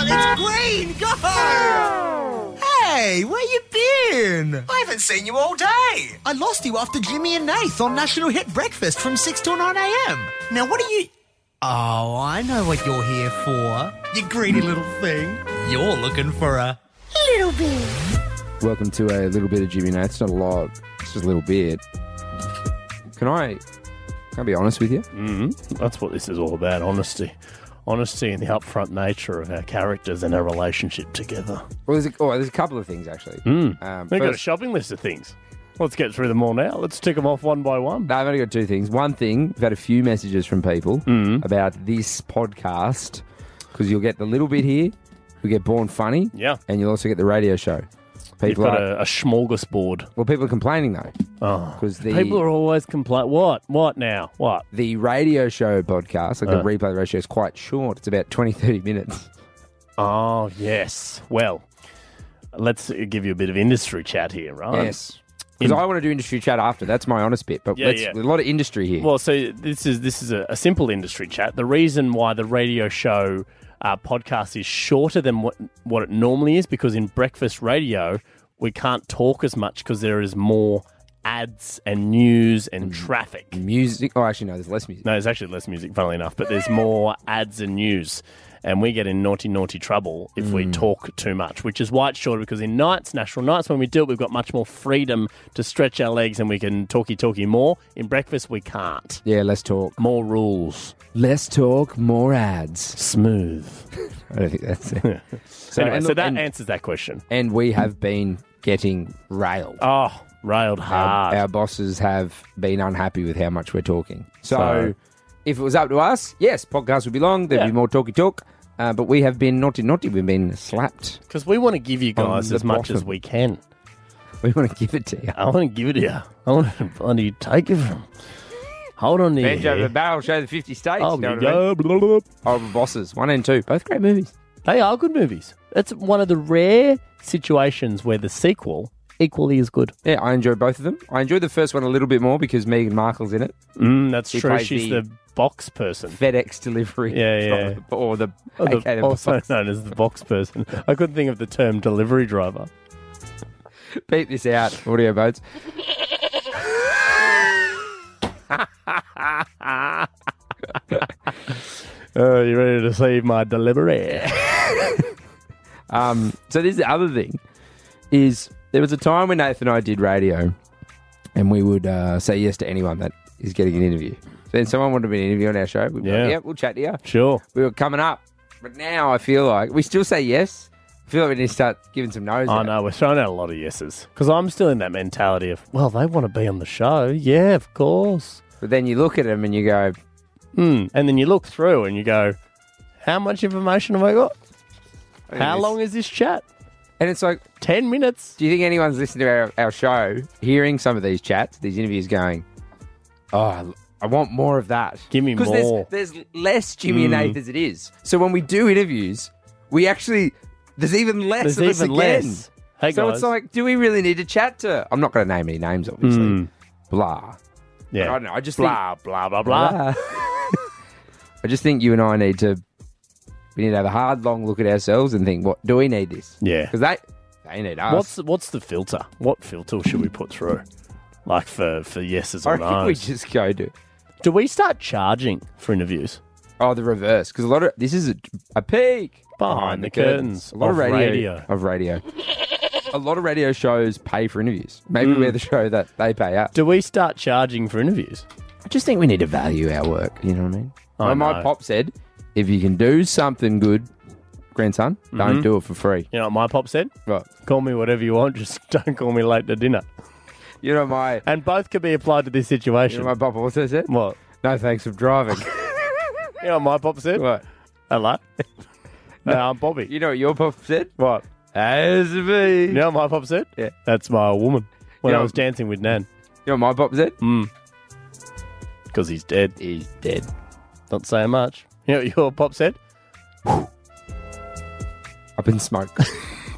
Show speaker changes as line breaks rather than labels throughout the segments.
Queen, go!
Hey, where you been?
I haven't seen you all day.
I lost you after Jimmy and Nath on National Hit Breakfast from 6 till 9 a.m. Now, what are you. Oh, I know what you're here for. You greedy little thing. You're looking for a.
Little bit.
Welcome to a little bit of Jimmy Nath. It's not a lot. It's just a little bit. Can I? Can I be honest with you?
Mm. That's what this is all about honesty. Honesty and the upfront nature of our characters and our relationship together.
Well, there's a, oh, there's a couple of things actually. Um,
We've Mm. got a
first,
shopping list of things. Let's get through them all now. Let's tick them off one by one.
no, I've only got two things. One thing, we've had a few messages from people
Mm.
about this podcast because you'll get the little bit here, you'll get born funny,
Yeah.
and you'll also get the radio show.
You've
People
got
are,
a, a smorgasbord.
well, people are complaining though because the
People are always complaining. What? What now? What?
the radio show podcast,
Uh.
like the replay ratio, is quite short. It's about 20, 30 minutes.
Oh, yes. Well, let's give you a bit of industry chat here, right?
Yes. Because
In-
I want to do industry chat after. That's my honest bit. But
Yeah,
let's,
yeah.
a lot of industry here.
Well, so this is this is a, a simple industry chat. The reason why the radio show uh, podcast is shorter than what what it normally is because in breakfast radio we can't talk as much because there is more ads and news and traffic.
music. Oh, actually, no, there's less music.
No, there's actually less music, funnily enough, but there's more ads and news. And we get in naughty, naughty trouble if we talk too much, which is why it's shorter because in nights, national nights, when we do it, we've got much more freedom to stretch our legs and we can talky, talky more. In breakfast, we can't.
Yeah, less talk.
More rules.
Less talk, more ads.
Smooth.
I don't think that's it. so,
anyway,
and
so
look,
that
and,
answers that question.
and we have been getting railed.
Oh, railed
Our,
hard.
our bosses have been unhappy with how much we're talking. So,
So-
if it was up to us, yes, podcasts would be long. There'd
Yeah.
be more talky talk. Uh, but we have been naughty, naughty. We've been slapped.
Because we want to give you guys
the
as much
bottom.
as we can.
We want to give it to you.
I want to give it to you. I want to bloody take it from. Hold on
Bench over the
there.
barrel, show the 50 states.
Oh,
you know
we
what I mean?
go. Blah, blah, blah.
Horrible Bosses, one and two, both great movies.
They are good movies. That's one of the rare situations where the sequel equally is good.
Yeah, I enjoy both of them. I enjoyed the first one a little bit more because Megan Markle's in it.
Mm, that's
She
true.
plays
She's
the-
the, box person.
FedEx delivery.
Yeah, yeah.
Or the,
Or Oh, the-
AKM
also
box.
known as the box person. I couldn't think of the term delivery driver.
Beat this out, audio boats.
Oh, you ready to see my delivery?
Um, so this is the other thing, is there was a time when Nathan and I did radio, and we would uh, say yes to anyone that is getting an interview. Then someone wanted to be an interview on our show. We'd be
Yeah.
like, yeah, we'll chat to you.
Sure.
We were coming up, but now I feel like we still say yes. I feel like we need to start giving some no's.
I
out.
know, we're throwing out a lot of yeses. Because I'm still in that mentality of, well, they want to be on the show. Yeah, of course.
But then you look at them and you go,
Hmm. And then you look through and you go, how much information have I got? How
this-
long is this chat?
and it's like,
10 minutes.
do you think anyone's listening to our, our show, hearing some of these chats, these interviews, going, oh, I, I want more of that?
Give me
Because
more. Mm.
There's, there's less Jimmy and Nath as it is. So when we do interviews, we actually, there's even less
There's
of us
even
again.
less. Hey,
So
guys.
it's like, do we really need to chat to? I'm not going to name any names, obviously. Blah.
Mm. yeah. Ah.
I don't know. I just
blah blah blah
think.
blah.
I just think you and I need to. We need to have a hard, long look at ourselves and think, what do we need this?
Yeah.
Because they, they need us.
What's what's the filter? What filter should we put through? Like for for yeses
I
or
reckon we
noes?
just go to
Do we start charging for interviews
oh the reverse because a lot of this is a, a peek
behind the curtains?
A lot of radio,
radio.
of radio. a lot of radio shows pay for interviews. Maybe
Mm.
we're the show that they pay out.
Do we start charging for interviews?
I just think we need to value our work. You know what I mean?
I
my
know.
pop said, if you can do something good, grandson,
Mm-hmm.
don't do it for free.
You know what my pop said?
Right.
Call me whatever you want, just don't call me late to dinner.
You know my.
And both could be applied to this
You
situation.
know my pop also said.
what?
No thanks for driving.
You know what my pop said?
what?
Hello? no, I'm Bobby.
You know what your pop said?
what?
As me.
You know what my pop said?
Yeah.
That's my woman. When
You
I
know-
was dancing with Nan.
You know what my pop said?
Mm. Because he's dead.
He's dead.
Not saying much. You know what your pop said?
Up in smoke.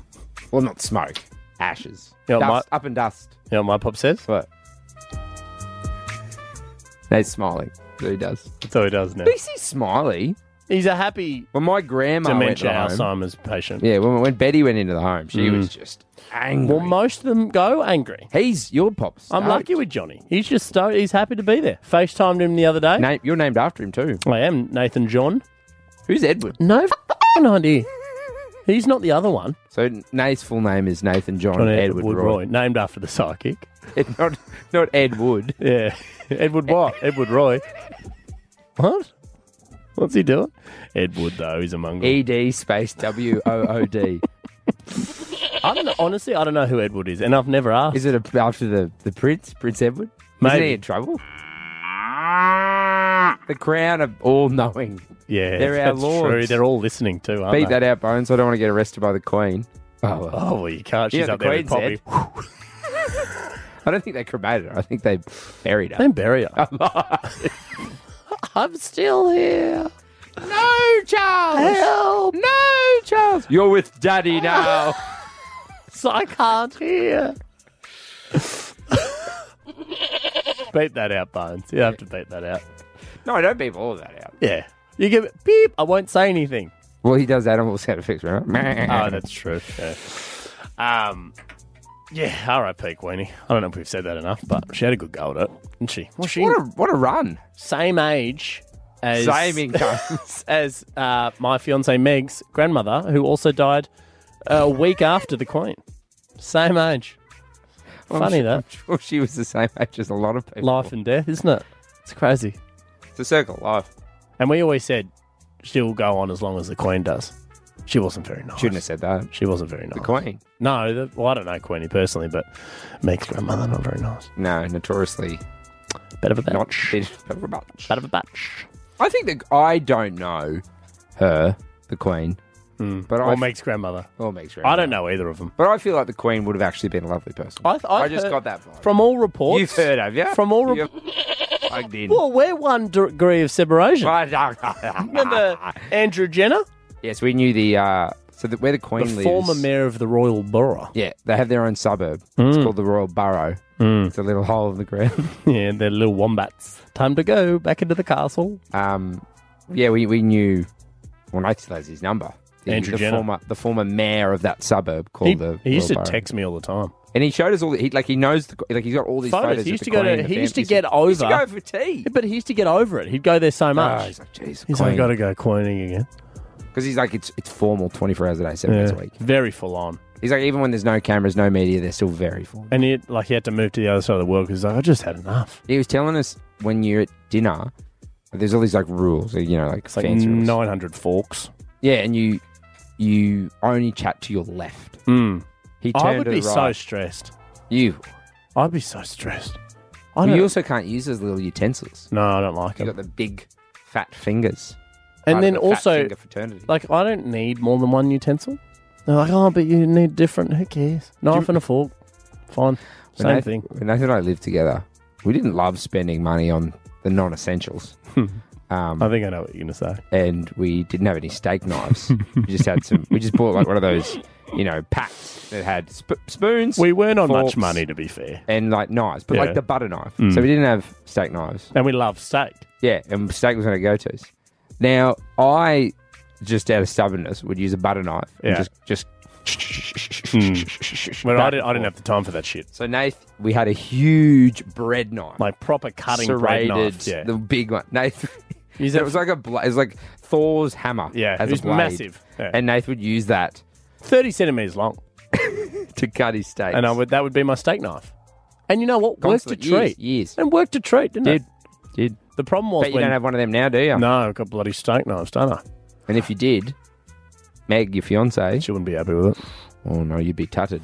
well, not smoke. Ashes.
Yeah,
dust, Up in dust.
You know what my pop says?
What? Nate's smiling. So he does.
That's all he does now.
But he's he's smiley.
He's a happy
Well, my grandma
dementia
went to the home.
Alzheimer's patient.
Yeah, when, when Betty went into the home, she was just angry.
Well, most of them go angry.
He's your pops.
I'm lucky with Johnny. He's just stoked. He's happy to be there. FaceTimed him the other day.
Name, you're named after him too.
I am Nathan John.
Who's Edward?
No f***ing idea. He's not the other one.
So Nate's full name is Nathan John,
John
Edward, Roy.
named after the psychic.
not not Ed Wood.
Yeah, Edward what? Edward Roy. What? What's he doing? Edward though, he's a mongrel.
E D space W O O D.
I don't know, honestly, I don't know who Edward is, and I've never asked.
Is it a, after the, the prince, Prince Edward? Isn't
Maybe.
he in trouble? The crown of all knowing.
yeah,
they're our
that's True.
lords.
They're all listening too, aren't
Beat
they?
that out, Bones. I don't want to get arrested by the queen. Oh, well.
Oh, well, you can't. She's
Yeah, the
up there with Poppy.
Queen's I don't think they cremated her. I think they buried her.
Don't bury her. I'm still here.
No, Charles!
Help!
No, Charles! You're with daddy now.
So I can't hear. beat that out, Barnes. You have to beat that out.
no, don't beep all of that out.
Yeah. You give it beep. I won't say anything.
Well, he does animal sound effects, remember?
Oh, that's true. Yeah. Um, yeah, R.I.P. Queenie. I don't know if we've said that enough, but she had a good go at it, didn't she? Well, she
what, a, what a run.
same age as
Same income.
as uh, my fiance Meg's grandmother, who also died uh, a week after the Queen. Same age. Funny
I'm, su-
that
I'm sure she was the same age as a lot of people.
life and death, isn't it? It's crazy.
It's a circle of life.
And we always said she'll go on as long as the Queen does. She wasn't very nice.
Shouldn't have said that.
She wasn't very nice.
The queen.
No, the, well, I don't know Queenie personally, but Meg's grandmother not very nice.
No, notoriously
Bit of a batch.
not. Bit-
Bit of a batch.
I think that I don't know her, the Queen, but I
Or Meg's grandmother.
or Meg's
Hmm. I don't know either of them.
but I feel like the Queen would have actually been a lovely person.
I th- I've
just
heard-
got that vibe.
From all reports,
You've heard, have you?
From all
You've
reports.
plugged in.
Well, we're one degree of separation. Remember Andrew Jenner,
yes, we knew the uh, so that where the Queen
the
lives.
former mayor of the Royal Borough.
Yeah, they have their own suburb. It's called the Royal Borough. It's a little hole in the ground.
Yeah, they're little wombats. Time to go back into the castle.
Um, yeah, we, we knew. Well, I still has his number. The,
Andrew
the
Jenner.
former the former mayor of that suburb called
He,
the.
he used to
Royal Borough.
text me all the time.
and he showed us all. The, he like he knows the, like he's got all these
Photos.
photos.
He
of
used
the
to go to-
Queen, the
he used to
fam-
get
He used to
over-
go for tea.
But he used to get over it. He'd go there so
Oh,
much.
he's like, jeez,
Ah, he's like, gotta go Queenie again.
because he's like, it's it's formal, twenty four hours a day, seven days a week.
Very full on.
He's like, even when there's no cameras, no media, they're still very formal.
And he like he had to move to the other side of the world because like, I just had enough.
He was telling us when you're at dinner, there's all these like rules, you know, like
It's like
fancy rules.
nine hundred forks.
Yeah, and you you only chat to your left.
Mm.
He turned
I would
to
be
the
so
right.
stressed.
you.
I'd be so stressed. I
Well,
don't.
you also can't use those little utensils.
no, I don't like
You
it.
got the big fat fingers. Part of
And then
the fat
also,
finger fraternity.
like, I don't need more than one utensil. They're like, oh, but you need different. Who cares? Knife and a fork. Fine.
When
Same
Nathan-
thing.
When Nathan and I lived together, we didn't love spending money on the non-essentials, Um,
I think I know what you're gonna say.
and we didn't have any steak knives. we just had some. We just bought like one of those, you know, packs that had sp- spoons.
We weren't on
forks,
much money, to be fair,
And like knives, but
Yeah. Mm.
like the butter knife. So we didn't have steak knives.
and we love steak.
Yeah, and steak was one of go tos. Now I just out of stubbornness would use a butter knife and
Yeah.
just just. back
But I didn't.
and
I didn't
forth.
have the time for that shit.
So Nath, we had a huge bread knife,
Like proper cutting
serrated,
bread knives. Yeah.
the big one. Nath,
Use
it
it-
was like a bla- it was like Thor's hammer.
Yeah,
as
it was
a blade.
massive. Yeah.
And Nath would use that
Thirty centimeters long.
to cut his steak.
and I would that would be my steak knife. And you know what? Worked a
Constantly. Years,
treat.
years.
And worked a treat, didn't
did
it?
did.
The problem was
But you
when
don't have one of them now, do you?
no, I've got bloody steak knives, don't I?
And if you did, Meg, your fiance,
She wouldn't be happy with it.
oh no, you'd be tutted.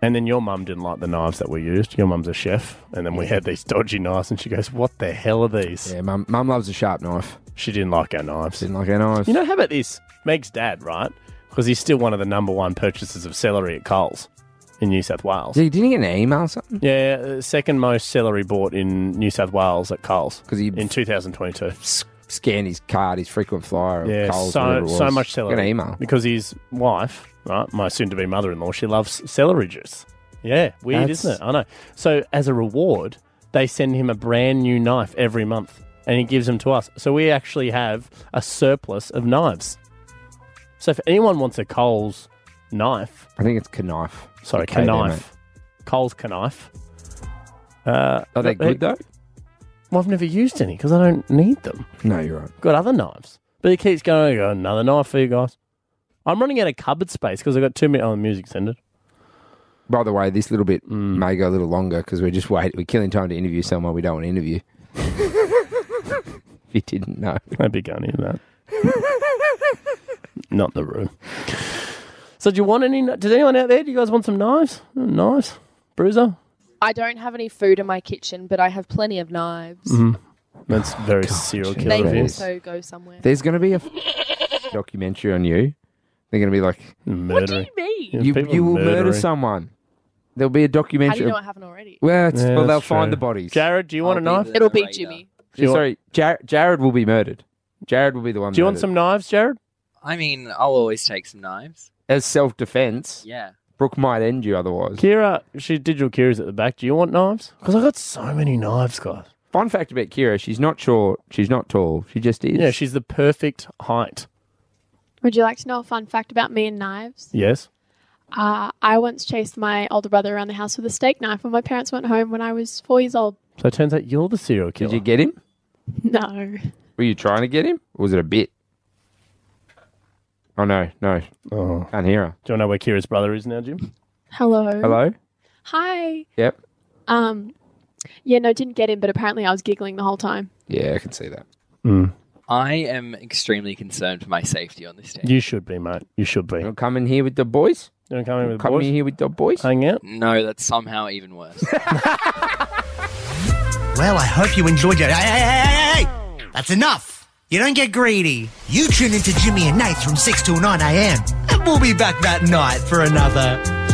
And then your mum didn't like the knives that we used. Your mum's a chef, and then we had these dodgy knives, and she goes, "What the hell are these?"
Yeah, mum, mum loves a sharp knife.
She didn't like our knives.
Didn't like her knife.
You know, how about this? Meg's dad, right? Because he's still one of the number one purchasers of celery at Coles in New South Wales.
Did- Didn't he get an email or something?
Yeah, uh, second most celery bought in New South Wales at Coles
'Cause he-
in 2022.
S- Scanned his card, his frequent flyer. of
Yeah,
Coles, whatever
so
it was.
so much celery.
Got an email.
because his wife, right, my soon-to-be mother-in-law, she loves celery juice. Yeah, weird,
That's-
isn't it? I know. So as a reward, they send him a brand new knife every month. and he gives them to us. So we actually have a surplus of knives. So if anyone wants a Coles knife,
I think it's Knife.
sorry,
Okay, then, mate.
knife, Coles knife. Uh,
Are they good though?
Well, I've never used any because I don't need them.
No, you're right.
Got other knives, but he keeps going. I got another knife for you guys. I'm running out of cupboard space because I got two minutes. Oh, the music's ended.
By the way, this little bit may go a little longer because we're just wait. We're killing time to interview someone we don't want to interview. if you didn't know,
I'd be going into that. Not the room. So, do you want any? Does anyone out there? Do you guys want some knives? Mm, Knives, Bruiser.
I don't have any food in my kitchen, but I have plenty of knives.
That's very serial
Jeez.
They
killer.
There
of
it
you.
is.
also go somewhere.
there's going to be a documentary on you. They're going to be like,
What do
Murdering.
you mean?
Yeah,
you,
people
you will murder
murdering.
someone. There'll be a
How do
documentary.
you
of-
know I haven't already?
well, it's,
Yeah,
well, they'll
that's
find
true.
the bodies.
Jared, do you want a
I'll
knife?
be the
It'll be
radar.
Jimmy.
Yeah, Sorry, Jar- Jared will be murdered. Jared will be the one.
Do you want some knives, Jared?
I mean, I'll always take some knives.
As self defense,
Yeah.
Brooke might end you otherwise.
Kira, she digital Kira's at the back. Do you want knives? Because I got so many knives, guys.
Fun fact about Kira: she's not short, she's not tall, she just is.
Yeah, she's the perfect height.
Would you like to know a fun fact about me and knives?
Yes.
Uh, I once chased my older brother around the house with a steak knife when my parents went home when I was four years old.
So it turns out you're the serial killer.
Did you get him?
No.
Were you trying to get him, or was it a bit? Oh no, no,
Oh.
can't hear her.
Do you know where Kira's brother is now, Jim?
Hello.
Hello.
Hi.
Yep.
Um. Yeah, no, didn't get him, but apparently I was giggling the whole time.
Yeah, I can see that.
I am extremely concerned for my safety on this team.
You should be, mate. You should be.
You
You
want to come in here with the boys?
want to come in with the
Come in
boys?
here with the boys?
Hang out?
No, that's somehow even worse.
Well, I hope you enjoyed your. Hey, hey, hey, hey, hey! That's enough. You don't get greedy. You tune into Jimmy and Nate from 6 till 9 a.m. And we'll be back that night for another